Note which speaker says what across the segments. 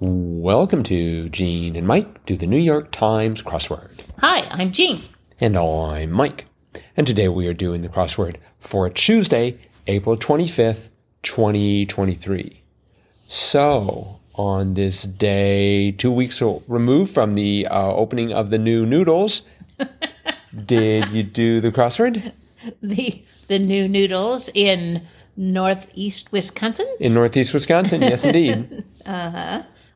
Speaker 1: Welcome to Gene and Mike do the New York Times crossword.
Speaker 2: Hi, I'm Jean.
Speaker 1: And I'm Mike. And today we are doing the crossword for Tuesday, April 25th, 2023. So, on this day, two weeks removed from the uh, opening of the new noodles, did you do the crossword
Speaker 2: The the new noodles in northeast Wisconsin.
Speaker 1: in Northeast Wisconsin? Yes, indeed.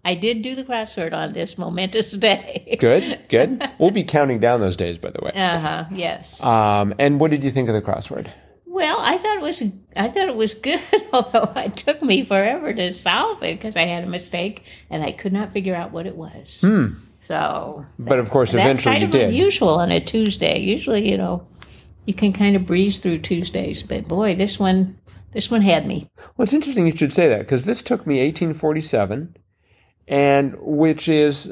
Speaker 2: I did do the crossword on this momentous day.
Speaker 1: Good, good. We'll be counting down those days, by the way.
Speaker 2: Uh huh. Yes.
Speaker 1: Um, and what did you think of the crossword?
Speaker 2: Well, I thought it was I thought it was good, although it took me forever to solve it because I had a mistake and I could not figure out what it was. So
Speaker 1: But of course,
Speaker 2: that's
Speaker 1: Hmm. eventually
Speaker 2: kind
Speaker 1: you
Speaker 2: of
Speaker 1: did.
Speaker 2: unusual on a Tuesday. Usually, you know, you can kind of breeze through Tuesdays, but boy, this one this one had me.
Speaker 1: Well, it's interesting you should say that because this took me 1847, and which is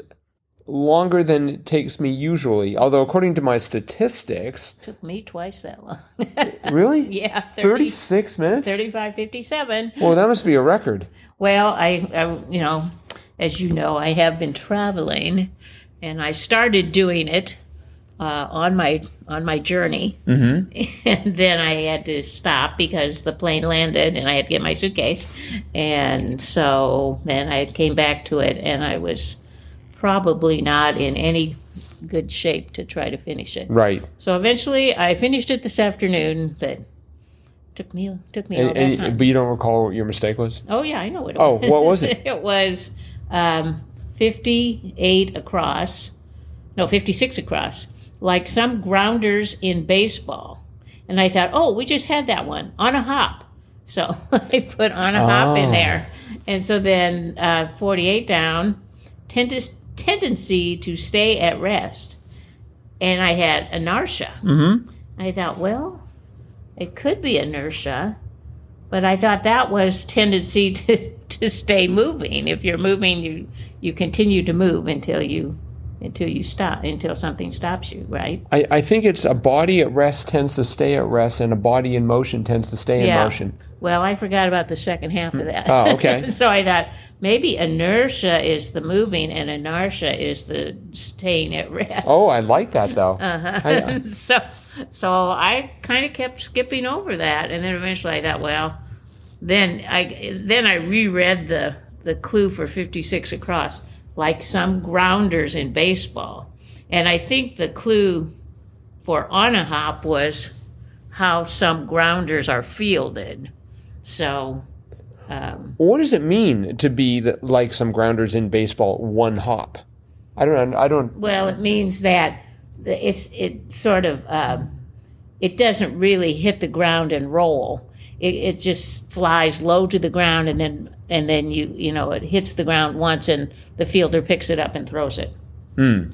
Speaker 1: longer than it takes me usually. Although, according to my statistics,
Speaker 2: Took me twice that long.
Speaker 1: really,
Speaker 2: yeah, 30,
Speaker 1: 36 minutes.
Speaker 2: 35, 57.
Speaker 1: Well, that must be a record.
Speaker 2: Well, I, I, you know, as you know, I have been traveling, and I started doing it uh, on my on my journey, mm-hmm. and then I had to stop because the plane landed, and I had to get my suitcase, and so then I came back to it, and I was probably not in any good shape to try to finish it.
Speaker 1: Right.
Speaker 2: So eventually, I finished it this afternoon, but took me took me all
Speaker 1: And,
Speaker 2: that
Speaker 1: and-
Speaker 2: time.
Speaker 1: but you don't recall what your mistake was?
Speaker 2: Oh yeah, I know what it
Speaker 1: Oh,
Speaker 2: was.
Speaker 1: what was it?
Speaker 2: it was um, fifty-eight across, no, fifty-six across, like some grounders in baseball. And I thought, oh, we just had that one on a hop, so I put on a hop
Speaker 1: Oh.
Speaker 2: in there, and so then uh, forty-eight down, tendis- tendency to stay at rest, and I had inertia.
Speaker 1: Mm-hmm.
Speaker 2: I thought, well, it could be inertia, but I thought that was tendency to, to stay moving. If you're moving, you you continue to move until you until you stop until something stops you, right?
Speaker 1: I, I think it's a body at rest tends to stay at rest, and a body in motion tends to stay in
Speaker 2: Yeah.
Speaker 1: motion.
Speaker 2: Well, I forgot about the second half of that.
Speaker 1: Oh, okay.
Speaker 2: so I thought maybe inertia is the moving and inertia is the staying at rest.
Speaker 1: Oh, I like that though.
Speaker 2: Uh-huh.
Speaker 1: I-
Speaker 2: so so I kind of kept skipping over that, and then eventually I thought, well, then I then I reread the the clue for fifty six across, like some grounders in baseball, and I think the clue for on a hop was how some grounders are fielded. So, um,
Speaker 1: What does it mean to be the, like some grounders in baseball, one hop? I don't. I don't.
Speaker 2: well, it means that the- it's it sort of um, it doesn't really hit the ground and roll. It, it just flies low to the ground and then and then you you know it hits the ground once and the fielder picks it up and throws it.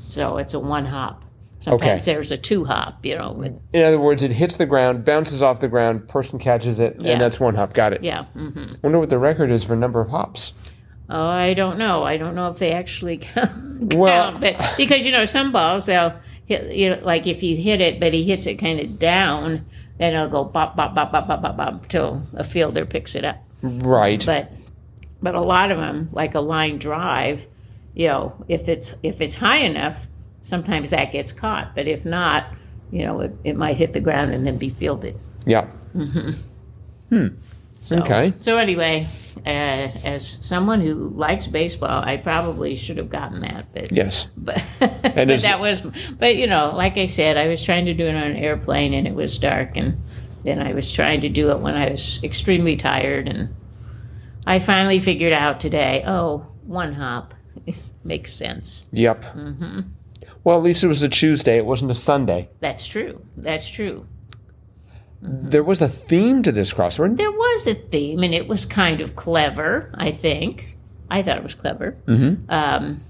Speaker 2: So it's a one hop. Sometimes there's a two hop, you know. With,
Speaker 1: In other words, it hits the ground, bounces off the ground, person catches it,
Speaker 2: Yeah.
Speaker 1: and that's one hop. Got it.
Speaker 2: yeah. hmm
Speaker 1: Wonder what the record is for number of hops.
Speaker 2: Oh, I don't know. I don't know if they actually count,
Speaker 1: Well-
Speaker 2: count, but because you know some balls they'll hit you know like if you hit it, but he hits it kind of down, then it'll go bop bop bop bop bop bop bop till a fielder picks it up.
Speaker 1: Right.
Speaker 2: But but a lot of them like a line drive, you know, if it's if it's high enough, sometimes that gets caught, but if not, you know, it, it might hit the ground and then be fielded.
Speaker 1: yeah.
Speaker 2: Mm-hmm.
Speaker 1: Hmm.
Speaker 2: So,
Speaker 1: Okay.
Speaker 2: So anyway, uh, as someone who likes baseball, I probably should have gotten that, but
Speaker 1: Yes.
Speaker 2: but,
Speaker 1: And
Speaker 2: but
Speaker 1: is-
Speaker 2: that was but you know like i said i was trying to do it on an airplane and it was dark and then i was trying to do it when i was extremely tired and i finally figured out today oh one hop makes sense
Speaker 1: Yep. Mm-hmm. Well, at least it was a Tuesday. It wasn't a Sunday.
Speaker 2: that's true that's true Mm-hmm.
Speaker 1: There was a theme to this crossword.
Speaker 2: there was a theme and it was kind of clever i think i thought it was clever um,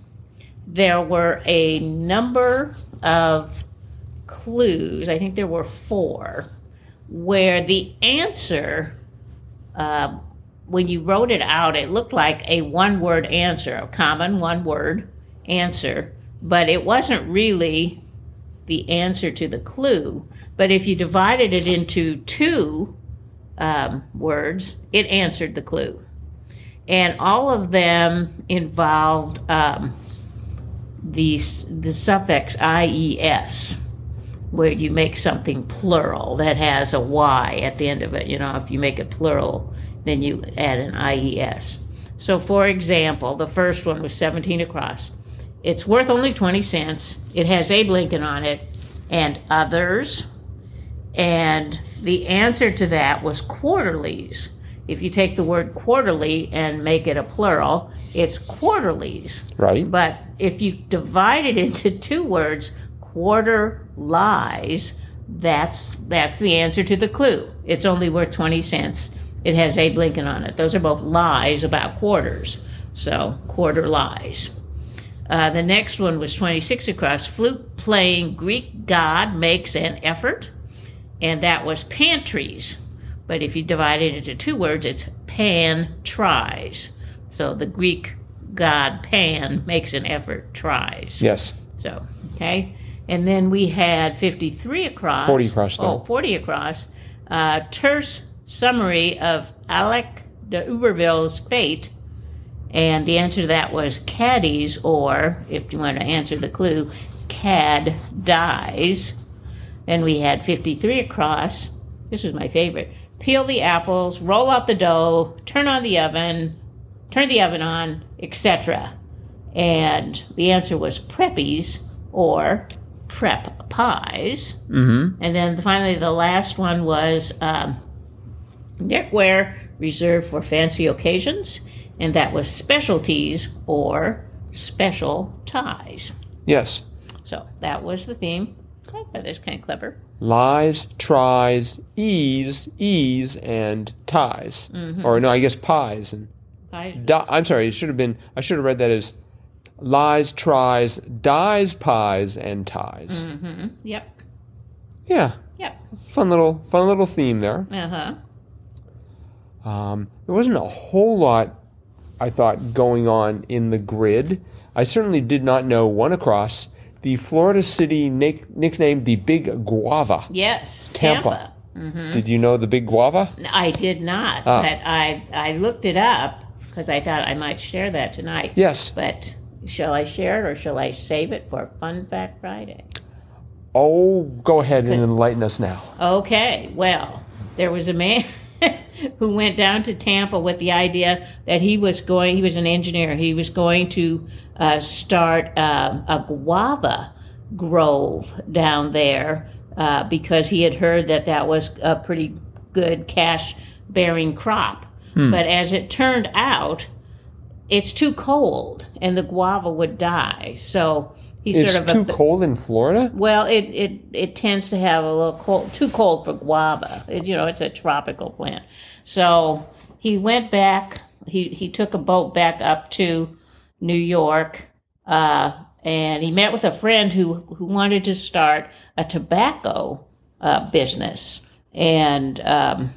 Speaker 2: there were a number of clues i think there were four where the answer uh, when you wrote it out it looked like a one word answer a common one word answer but it wasn't really the answer to the clue but if you divided it into two um, words, it answered the clue. and all of them involved um, the s- the suffix ies, where you make something plural that has a y at the end of it. You know, if you make it plural, then you add an ies. So, for example, the first one was 17 across. It's worth only 20 cents. It has Abe Lincoln on it and others. And the answer to that was quarterlies. If you take the word quarterly and make it a plural, it's quarterlies.
Speaker 1: right?
Speaker 2: But if you divide it into two words, quarter lies, that's that's the answer to the clue. It's only worth twenty cents. It has Abe Lincoln on it. Those are both lies about quarters. So quarter lies. Uh, the next one was 26 across. Flute playing Greek god makes an effort. And that was pantries. But if you divide it into two words, it's pan tries. So the Greek god Pan makes an effort, tries.
Speaker 1: Yes.
Speaker 2: So, okay. And then we had 53 across.
Speaker 1: 40 across, though.
Speaker 2: Oh, 40 across. Uh, terse summary of Alec de Uberville's fate. And the answer to that was caddies, or if you want to answer the clue, cad dies. Then we had 53 across. This was my favorite. Peel the apples, roll out the dough, turn on the oven, turn the oven on, etc. And the answer was preppies or prep pies.
Speaker 1: Mm-hmm.
Speaker 2: And then finally, the last one was um, neckwear reserved for fancy occasions, and that was specialties or special ties.
Speaker 1: Yes.
Speaker 2: So that was the theme. I thought that's kind of clever.
Speaker 1: Lies, tries, ease, ease, and ties.
Speaker 2: Mm-hmm.
Speaker 1: Or no, I guess pies and
Speaker 2: Pies.
Speaker 1: di- I'm sorry. It should have been. I should have read that as lies, tries, dies, pies, and ties.
Speaker 2: Mm-hmm. Yep.
Speaker 1: Yeah,
Speaker 2: Yep.
Speaker 1: fun little fun little theme there.
Speaker 2: Uh huh.
Speaker 1: Um, there wasn't a whole lot, I thought, going on in the grid. I certainly did not know one across. The Florida city nick- nicknamed the Big Guava.
Speaker 2: Yes.
Speaker 1: Tampa.
Speaker 2: Tampa. Mm-hmm.
Speaker 1: Did you know the Big Guava?
Speaker 2: I did not,
Speaker 1: Ah.
Speaker 2: but I I looked it up because I thought I might share that tonight.
Speaker 1: Yes.
Speaker 2: But shall I share it or shall I save it for Fun Fact Friday?
Speaker 1: Oh, go ahead and enlighten us now.
Speaker 2: Okay, well, there was a man who went down to Tampa with the idea that he was going, he was an engineer, he was going to uh, start um, a guava grove down there uh, because he had heard that that was a pretty good cash bearing crop.
Speaker 1: Hmm.
Speaker 2: But as it turned out, it's too cold and the guava would die. So he
Speaker 1: It's
Speaker 2: sort of
Speaker 1: too cold in Florida?
Speaker 2: well, it, it, it tends to have a little cold, too cold for guava. It, you know, it's a tropical plant. So he went back. He he took a boat back up to New York, uh, and he met with a friend who who wanted to start a tobacco uh, business. And um,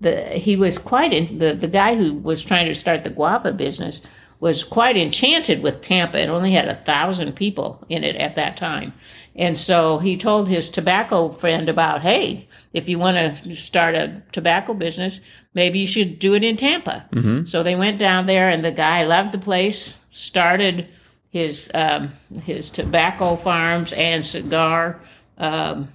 Speaker 2: the he was quite in, the the guy who was trying to start the guava business was quite enchanted with Tampa. It only had a thousand people in it at that time, and so he told his tobacco friend about, hey, if you want to start a tobacco business, maybe you should do it in Tampa. So they went down there, and the guy loved the place, started his um, his tobacco farms and cigar. Um,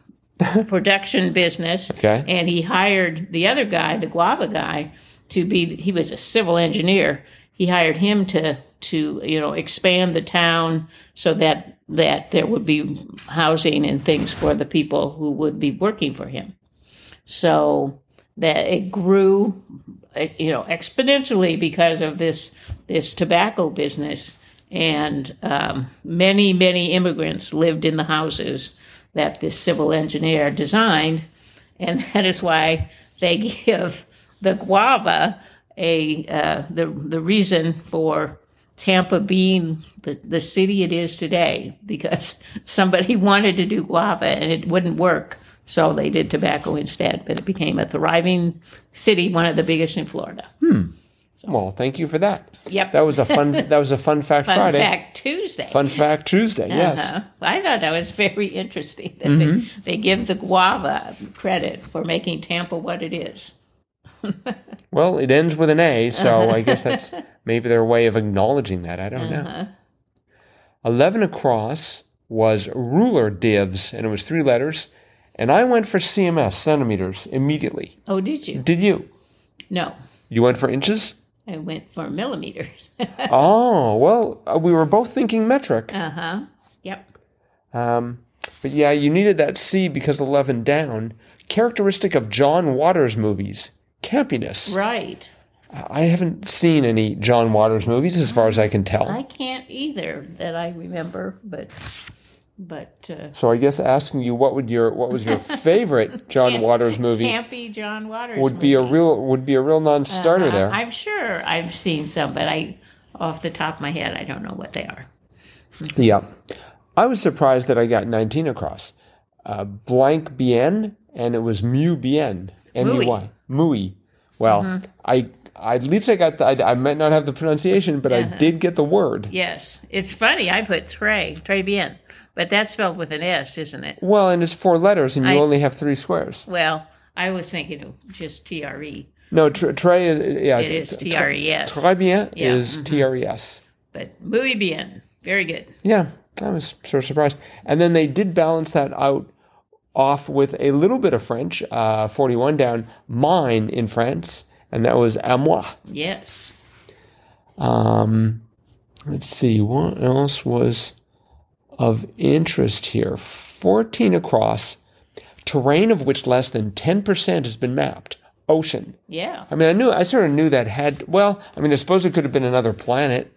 Speaker 2: production business
Speaker 1: Okay.
Speaker 2: and he hired the other guy, the guava guy, to be. He was a civil engineer. He hired him to to you know expand the town so that that there would be housing and things for the people who would be working for him. So that it grew, eh, you know, exponentially because of this this tobacco business. And um, many, many immigrants lived in the houses that this civil engineer designed and that is why they give the guava a uh, the the reason for Tampa being the, the city it is today because somebody wanted to do guava and it wouldn't work, so they did tobacco instead. But it became a thriving city, one of the biggest in Florida.
Speaker 1: Well, thank you for that.
Speaker 2: Yep.
Speaker 1: Hmm. That was a fun that was a fun fact
Speaker 2: Fun
Speaker 1: Friday.
Speaker 2: fact Tuesday.
Speaker 1: Fun fact Tuesday. Yes. Mm-hmm.
Speaker 2: Uh-huh. I thought that was very interesting that they, they give the guava credit for making Tampa what it is.
Speaker 1: Well, it ends with an A, so
Speaker 2: Uh-huh.
Speaker 1: I guess that's maybe their way of acknowledging that. I don't know.
Speaker 2: Uh-huh.
Speaker 1: 11 across was ruler divs, and it was three letters. And I went for CMS, centimeters, immediately.
Speaker 2: Oh, did you?
Speaker 1: Did you?
Speaker 2: No,
Speaker 1: You went for inches?
Speaker 2: I went for millimeters.
Speaker 1: Oh, well, uh, we were both thinking metric.
Speaker 2: uh huh. Yep.
Speaker 1: Um, but yeah, you needed that C because 11 down. Characteristic of John Waters movies campiness.
Speaker 2: Right.
Speaker 1: I haven't seen any John Waters movies as far as I can tell.
Speaker 2: I can't either that I remember, but but uh,
Speaker 1: So I guess asking you what would your what was your favorite John Waters movie
Speaker 2: campy John Waters
Speaker 1: would be a real would be a real non-starter
Speaker 2: movie.
Speaker 1: there.
Speaker 2: I'm sure I've seen some, but I off the top of my head I don't know what they are.
Speaker 1: yeah, I was surprised that I got 19 across. Uh, blank bien and it was mu bien m u y muy. Well,
Speaker 2: Mm-hmm.
Speaker 1: I, I at least I got the, I, I might not have the pronunciation, but I did get the word.
Speaker 2: Yes, it's funny. I put Trey Trey Bien, but that's spelled with an S, isn't it?
Speaker 1: Well, and it's four letters, and you only have three squares.
Speaker 2: Well, I was thinking of just T R E,
Speaker 1: No, tre, tre is yeah,
Speaker 2: It is
Speaker 1: tre-
Speaker 2: T R E S.
Speaker 1: Très bien
Speaker 2: Yeah,
Speaker 1: is T R E S.
Speaker 2: but muy bien, very good.
Speaker 1: Yeah, I was sort of surprised. And then they did balance that out off with a little bit of French, uh, 41 down, mine in France, and that was à moi.
Speaker 2: Yes.
Speaker 1: Um, let's see, what else was of interest here? 14 across, terrain of which less than 10% has been mapped, ocean.
Speaker 2: Yeah.
Speaker 1: I mean, I knew, I sort of knew that had, well, I mean, I suppose it could have been another planet,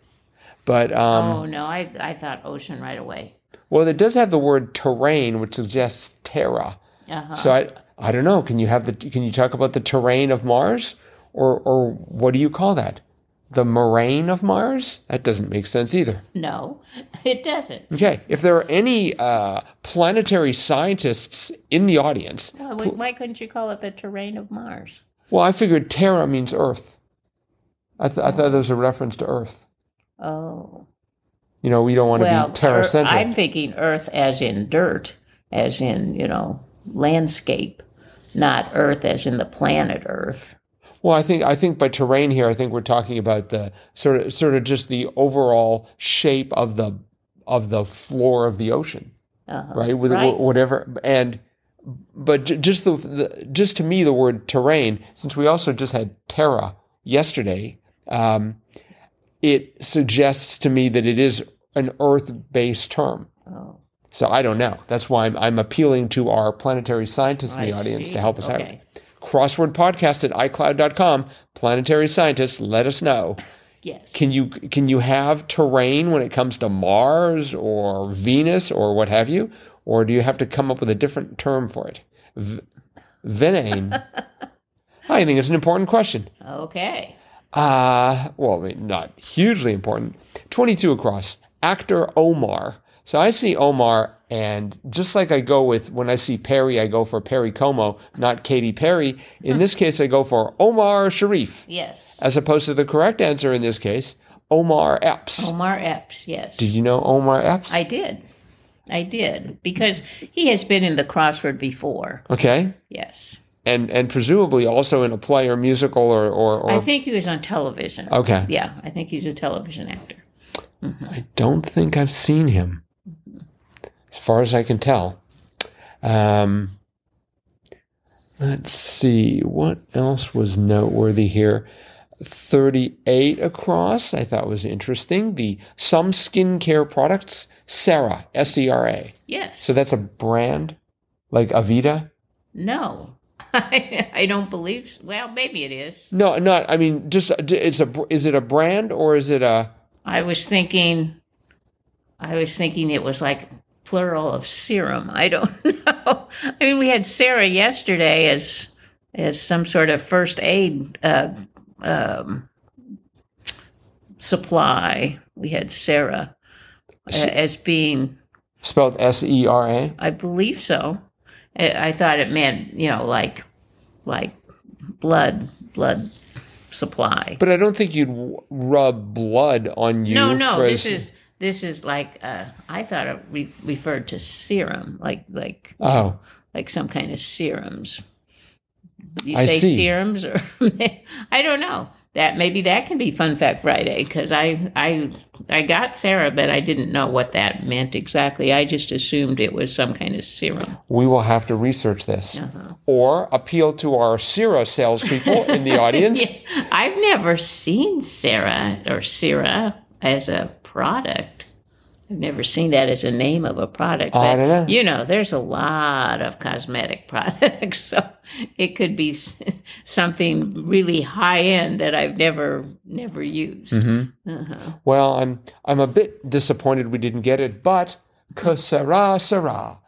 Speaker 1: but, um,
Speaker 2: oh no, I I thought ocean right away.
Speaker 1: Well, it does have the word terrain, which suggests terra.
Speaker 2: Uh-huh.
Speaker 1: So I, I don't know. Can you have the? Can you talk about the terrain of Mars, or or what do you call that? The moraine of Mars? That doesn't make sense either.
Speaker 2: No, it doesn't.
Speaker 1: Okay, if there are any uh, planetary scientists in the audience,
Speaker 2: Why, would- why couldn't you call it the terrain of Mars?
Speaker 1: well, I figured terra means Earth. I, th- I thought there was a reference to Earth.
Speaker 2: Oh,
Speaker 1: You know, we don't want to
Speaker 2: well,
Speaker 1: be terra
Speaker 2: Ear-
Speaker 1: centric.
Speaker 2: I'm thinking Earth as in dirt, as in you know landscape, not Earth as in the planet Earth.
Speaker 1: Well, I think I think by terrain here, I think we're talking about the sort of sort of just the overall shape of the of the floor of the ocean,
Speaker 2: Uh-huh.
Speaker 1: right? With
Speaker 2: Right.
Speaker 1: whatever and but ju- just the, the just to me the word terrain, since we also just had terra yesterday, um, it suggests to me that it is an Earth-based term.
Speaker 2: Oh,
Speaker 1: So I don't know. That's why I'm, I'm appealing to our planetary scientists in the
Speaker 2: I
Speaker 1: audience
Speaker 2: see.
Speaker 1: to help us out
Speaker 2: Okay.
Speaker 1: crossword podcast at icloud.com planetary scientists let us know
Speaker 2: Yes.
Speaker 1: can you can you have terrain when it comes to mars or venus or what have you or do you have to come up with a different term for it v- venane i think it's an important question
Speaker 2: okay.
Speaker 1: uh well I mean, not hugely important 22 across actor omar so i see omar and just like i go with when i see perry i go for perry como not katy perry in this case i go for omar sharif
Speaker 2: Yes.
Speaker 1: as opposed to the correct answer in this case omar epps
Speaker 2: Omar Epps. Yes.
Speaker 1: did you know omar epps
Speaker 2: I did. I did because he has been in the crossword before.
Speaker 1: okay
Speaker 2: Yes.
Speaker 1: and and presumably also in a play or musical or or, or
Speaker 2: I think he was on television.
Speaker 1: okay
Speaker 2: Yeah, I think he's a television actor.
Speaker 1: I don't think I've seen him, as far as I can tell. Um, let's see what else was noteworthy here. Thirty-eight across, I thought was interesting. The some skincare products, Sarah S E R A.
Speaker 2: Yes.
Speaker 1: So that's a brand, like Avita.
Speaker 2: no. I, I don't believe so. Well, maybe it is.
Speaker 1: No, not. I mean, just it's a. br- Is it a brand or is it a?
Speaker 2: I was thinking I was thinking it was like plural of serum. I don't know. I mean, we had Sarah yesterday as as some sort of first aid uh, um, supply. We had Sarah uh, as being
Speaker 1: Spelled S E R A.
Speaker 2: I believe so. I, I thought it meant, you know, like, like blood, blood supply.
Speaker 1: But I don't think you'd w- rub blood on you.
Speaker 2: no, no,
Speaker 1: whereas-
Speaker 2: this is this is like uh, I thought it re- referred to serum, like like
Speaker 1: Oh,
Speaker 2: like some kind of serums. You
Speaker 1: I
Speaker 2: say
Speaker 1: see.
Speaker 2: serums, or I don't know. That maybe that can be Fun Fact Friday because I I I got Sarah, but I didn't know what that meant exactly. I just assumed it was some kind of serum.
Speaker 1: We will have to research this or appeal to our Sierra salespeople in the audience.
Speaker 2: I've never seen Sarah or Syrah as a product. I've never seen that as a name of a product.
Speaker 1: I don't know.
Speaker 2: You know, there's a lot of cosmetic products, so it could be s- something really high end that I've never never used.
Speaker 1: Mm-hmm.
Speaker 2: Uh-huh.
Speaker 1: Well, I'm I'm a bit disappointed we didn't get it, but que sera sera.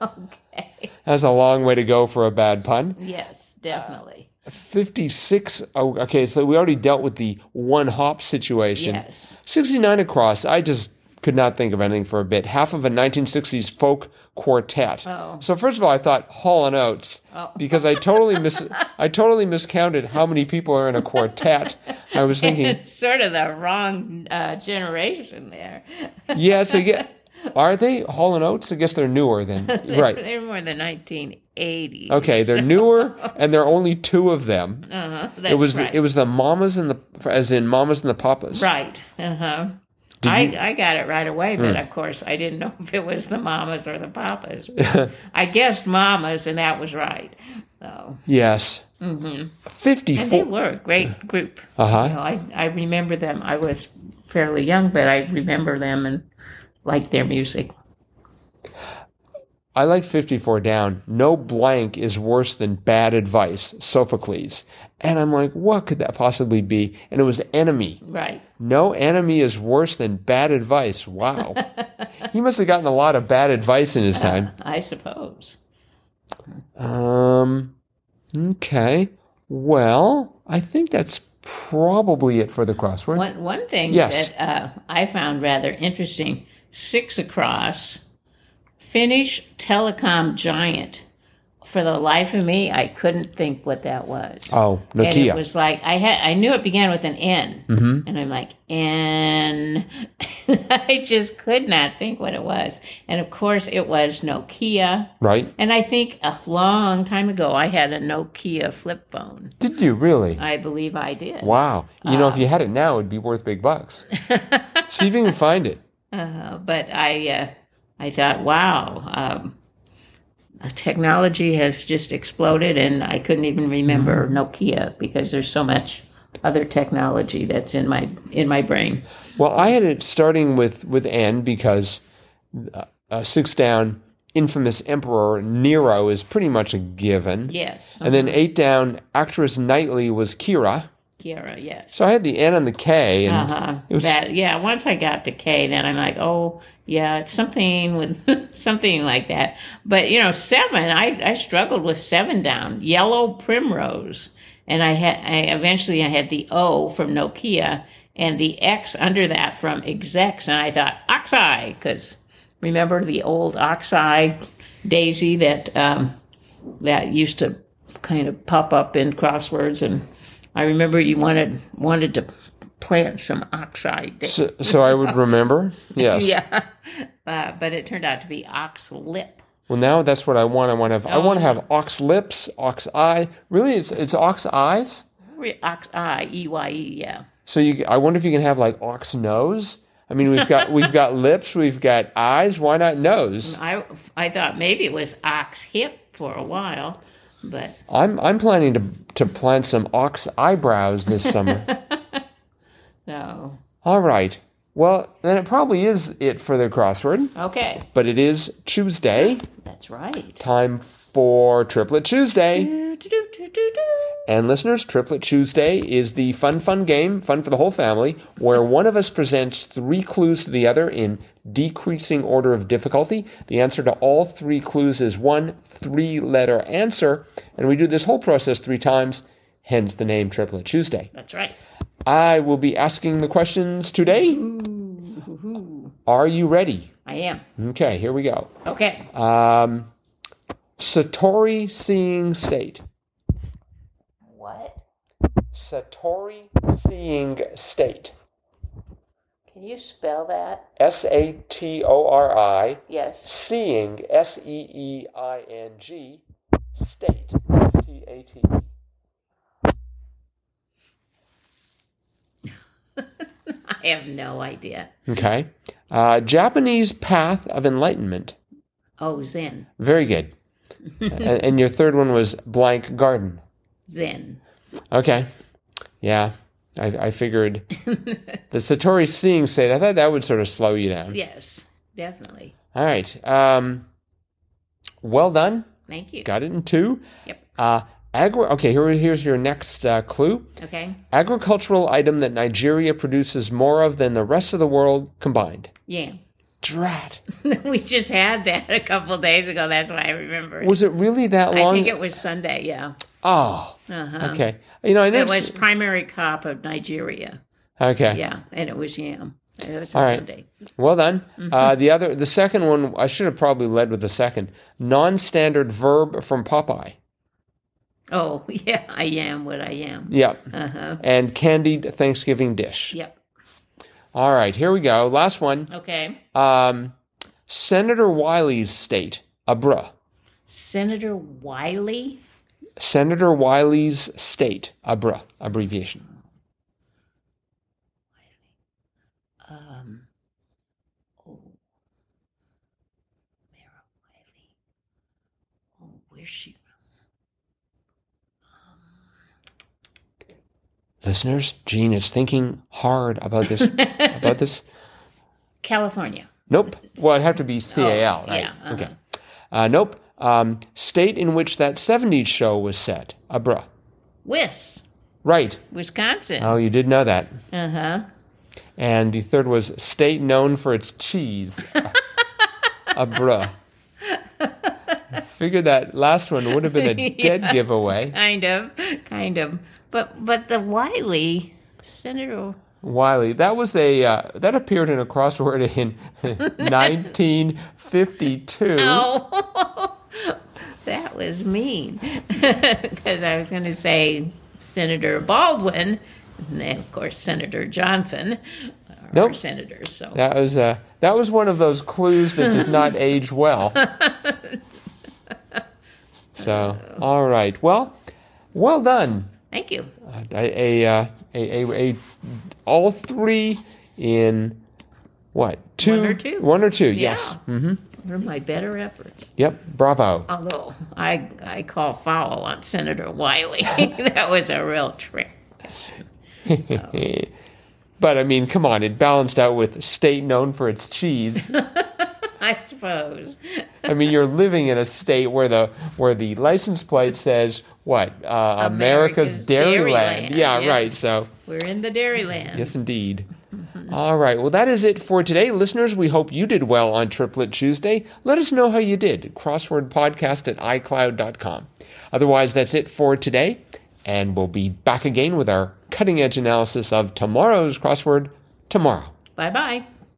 Speaker 2: Okay.
Speaker 1: That's a long way to go for a bad pun.
Speaker 2: Yes, definitely.
Speaker 1: Uh, Fifty-six. Oh, okay, so we already dealt with the one hop situation.
Speaker 2: yes.
Speaker 1: 69 across. I just could not think of anything for a bit. Half of a 1960s folk quartet.
Speaker 2: Oh.
Speaker 1: So first of all, I thought Hall and Oates
Speaker 2: Oh.
Speaker 1: because I totally mis I totally miscounted how many people are in a quartet. I was thinking,
Speaker 2: It's sort of the wrong uh, generation there.
Speaker 1: yeah, so yeah, are they Hall and Oates? I guess they're newer than right.
Speaker 2: They're more in the 1980s.
Speaker 1: Okay, they're newer, and there are only two of them.
Speaker 2: Uh-huh. That's
Speaker 1: It was
Speaker 2: right.
Speaker 1: the, it was the mamas and the as in mamas and the papas.
Speaker 2: Right. Mm. Uh-huh. I, I got it right away, but of course I didn't know if it was the mamas or the papas. I guessed mamas, and that was right. So
Speaker 1: Yes.
Speaker 2: Mm-hmm. and they
Speaker 1: Fifty-four.
Speaker 2: were a great group.
Speaker 1: Uh huh.
Speaker 2: You know, I I remember them. I was fairly young, but I remember them and liked their music.
Speaker 1: I like 54 down. No blank is worse than bad advice, Sophocles. And I'm like, what could that possibly be? And it was enemy.
Speaker 2: Right.
Speaker 1: No enemy is worse than bad advice. Wow. he must have gotten a lot of bad advice in his time.
Speaker 2: I suppose.
Speaker 1: Um, okay. Well, I think that's probably it for the crossword.
Speaker 2: One one thing
Speaker 1: Yes.
Speaker 2: that uh, I found rather interesting: six across, Finnish telecom giant. For the life of me, I couldn't think what that was.
Speaker 1: Oh,
Speaker 2: And it
Speaker 1: Nokia.
Speaker 2: was like I had I knew it began with an N, mm-hmm. and I'm like N. I just could not think what it was, and of course it was Nokia.
Speaker 1: right?
Speaker 2: And I think a long time ago I had a Nokia flip phone.
Speaker 1: Did you really?
Speaker 2: I believe I did.
Speaker 1: Wow. You
Speaker 2: uh.
Speaker 1: know, if you had it now, it'd be worth big bucks. See if you can find it.
Speaker 2: Uh, but I, uh, I thought, wow, um, technology has just exploded, and I couldn't even remember Nokia because there's so much other technology that's in my in my brain.
Speaker 1: Well, I had it starting with with N because uh, uh, six down, infamous emperor Nero is pretty much a given,
Speaker 2: Yes,
Speaker 1: and then eight down, actress Knightley was Kira.
Speaker 2: Kiara. Yes.
Speaker 1: So I had the N and the K, and
Speaker 2: Uh huh.
Speaker 1: it was-
Speaker 2: That yeah. Once I got the K, then I'm like, oh yeah, it's something with something like that. But you know, seven. I I struggled with seven down. Yellow primrose, and I had I eventually I had the O from Nokia and the X under that from execs, and I thought oxeye because remember the old oxeye daisy that um, that used to kind of pop up in crosswords and I remember you wanted wanted to plant some oxide. there.
Speaker 1: so, so I would remember. Yes.
Speaker 2: Yeah. Uh, but it turned out to be oxlip.
Speaker 1: Well, now that's what I want. I want to have. I want to have ox lips, ox eye. Really, it's it's ox eyes.
Speaker 2: Re- Ox I E Y E, yeah.
Speaker 1: So you, I wonder if you can have like ox nose. I mean, we've got we've got lips, we've got eyes. Why not nose?
Speaker 2: I I thought maybe it was ox hip for a while, but
Speaker 1: I'm I'm planning to to plant some ox eyebrows this summer.
Speaker 2: no.
Speaker 1: All right. Well, then it probably is it for the crossword,
Speaker 2: Okay.
Speaker 1: but it is Tuesday,
Speaker 2: That's right.
Speaker 1: time for Triplet Tuesday.
Speaker 2: Do-do-do-do-do.
Speaker 1: And listeners, Triplet Tuesday is the fun, fun game, fun for the whole family, where one of us presents three clues to the other in decreasing order of difficulty. The answer to all three clues is one three letter answer. And we do this whole process three times, hence the name Triplet Tuesday.
Speaker 2: That's right.
Speaker 1: I will be asking the questions today. Are you ready?
Speaker 2: I am.
Speaker 1: Okay, here we go.
Speaker 2: Okay.
Speaker 1: Um, Satori seeing state.
Speaker 2: what?
Speaker 1: Satori seeing state.
Speaker 2: Can you spell that?
Speaker 1: S A T O R I.
Speaker 2: Yes.
Speaker 1: Seeing S E E I N G. State. S T A T.
Speaker 2: I have no idea.
Speaker 1: Okay. Uh, Japanese Path of Enlightenment.
Speaker 2: Oh, Zen.
Speaker 1: Very good. A- and your third one was Blank Garden.
Speaker 2: Zen.
Speaker 1: Okay. Yeah. I, I figured the Satori seeing state, I thought that would sort of slow you down.
Speaker 2: Yes, definitely.
Speaker 1: All right. Um, well done.
Speaker 2: Thank you.
Speaker 1: Got it in two.
Speaker 2: Yep.
Speaker 1: Uh, agri- okay, here, here's your next uh, clue.
Speaker 2: Okay.
Speaker 1: Agricultural item that Nigeria produces more of than the rest of the world combined.
Speaker 2: Yeah.
Speaker 1: Drat.
Speaker 2: we just had that a couple days ago. That's why I remember. it.
Speaker 1: Was it really that
Speaker 2: I
Speaker 1: long?
Speaker 2: think it was Sunday. Yeah.
Speaker 1: oh,
Speaker 2: Uh-huh.
Speaker 1: okay. You know, I
Speaker 2: It
Speaker 1: didn't.
Speaker 2: was primary crop of Nigeria.
Speaker 1: okay.
Speaker 2: Yeah, and it was yam. And It was a
Speaker 1: All right.
Speaker 2: Sunday.
Speaker 1: Well done.
Speaker 2: Mm-hmm.
Speaker 1: Uh, the other, the second one, I should have probably led with the second non-standard verb from Popeye.
Speaker 2: Oh yeah, I am what I am.
Speaker 1: Yep.
Speaker 2: Uh huh.
Speaker 1: And candied Thanksgiving dish.
Speaker 2: Yep.
Speaker 1: All right, here we go. Last one.
Speaker 2: Okay.
Speaker 1: Um, Senator Wiley's state, Abra.
Speaker 2: Senator Wiley.
Speaker 1: Senator Wiley's state, Abra, abbreviation.
Speaker 2: Um. Oh. Mara Wiley. Oh, where's she from?
Speaker 1: Listeners, Gene is thinking hard about this. about this.
Speaker 2: California.
Speaker 1: Nope. Well, it'd have to be CAL,
Speaker 2: Oh,
Speaker 1: right?
Speaker 2: yeah, uh-huh.
Speaker 1: Okay. Uh, nope. Um, state in which that 70s show was set, Abra.
Speaker 2: Wis.
Speaker 1: Right.
Speaker 2: Wisconsin.
Speaker 1: Oh, you did know that.
Speaker 2: Uh huh.
Speaker 1: And the third was state known for its cheese. Abra. Figured that last one would have been a dead
Speaker 2: Yeah.
Speaker 1: giveaway.
Speaker 2: Kind of. Kind of. But but the Wiley Senator.
Speaker 1: Wiley. That was a uh, that appeared in a crossword in 1952.
Speaker 2: Oh, that was mean. Because I was going to say Senator Baldwin, and then, of course, Senator Johnson. are
Speaker 1: Nope.
Speaker 2: senators. So
Speaker 1: That was uh, that was one of those clues that does not age well. So, all right. Well, well done.
Speaker 2: thank you.
Speaker 1: Uh, A, a, uh, a, a, a all three in what? Two,
Speaker 2: or two.
Speaker 1: One or two. Yes. Mm, Mm-hmm.
Speaker 2: Yeah. For my better efforts.
Speaker 1: Yep. Bravo.
Speaker 2: Although I, I call foul on Senator Wiley. that was a real trick.
Speaker 1: But I mean, come on. It balanced out with state known for its cheese.
Speaker 2: I suppose.
Speaker 1: I mean, you're living in a state where the where the license plate says what? Uh, America's,
Speaker 2: America's
Speaker 1: Dairyland.
Speaker 2: Dairyland,
Speaker 1: Yeah,
Speaker 2: yes.
Speaker 1: right. So,
Speaker 2: We're in the Dairyland.
Speaker 1: yes, indeed. All right. Well, that is it for today, listeners. We hope you did well on Triplet Tuesday. Let us know how you did. Crossword podcast at iCloud.com. Otherwise, that's it for today, and we'll be back again with our cutting edge analysis of tomorrow's crossword tomorrow.
Speaker 2: Bye bye.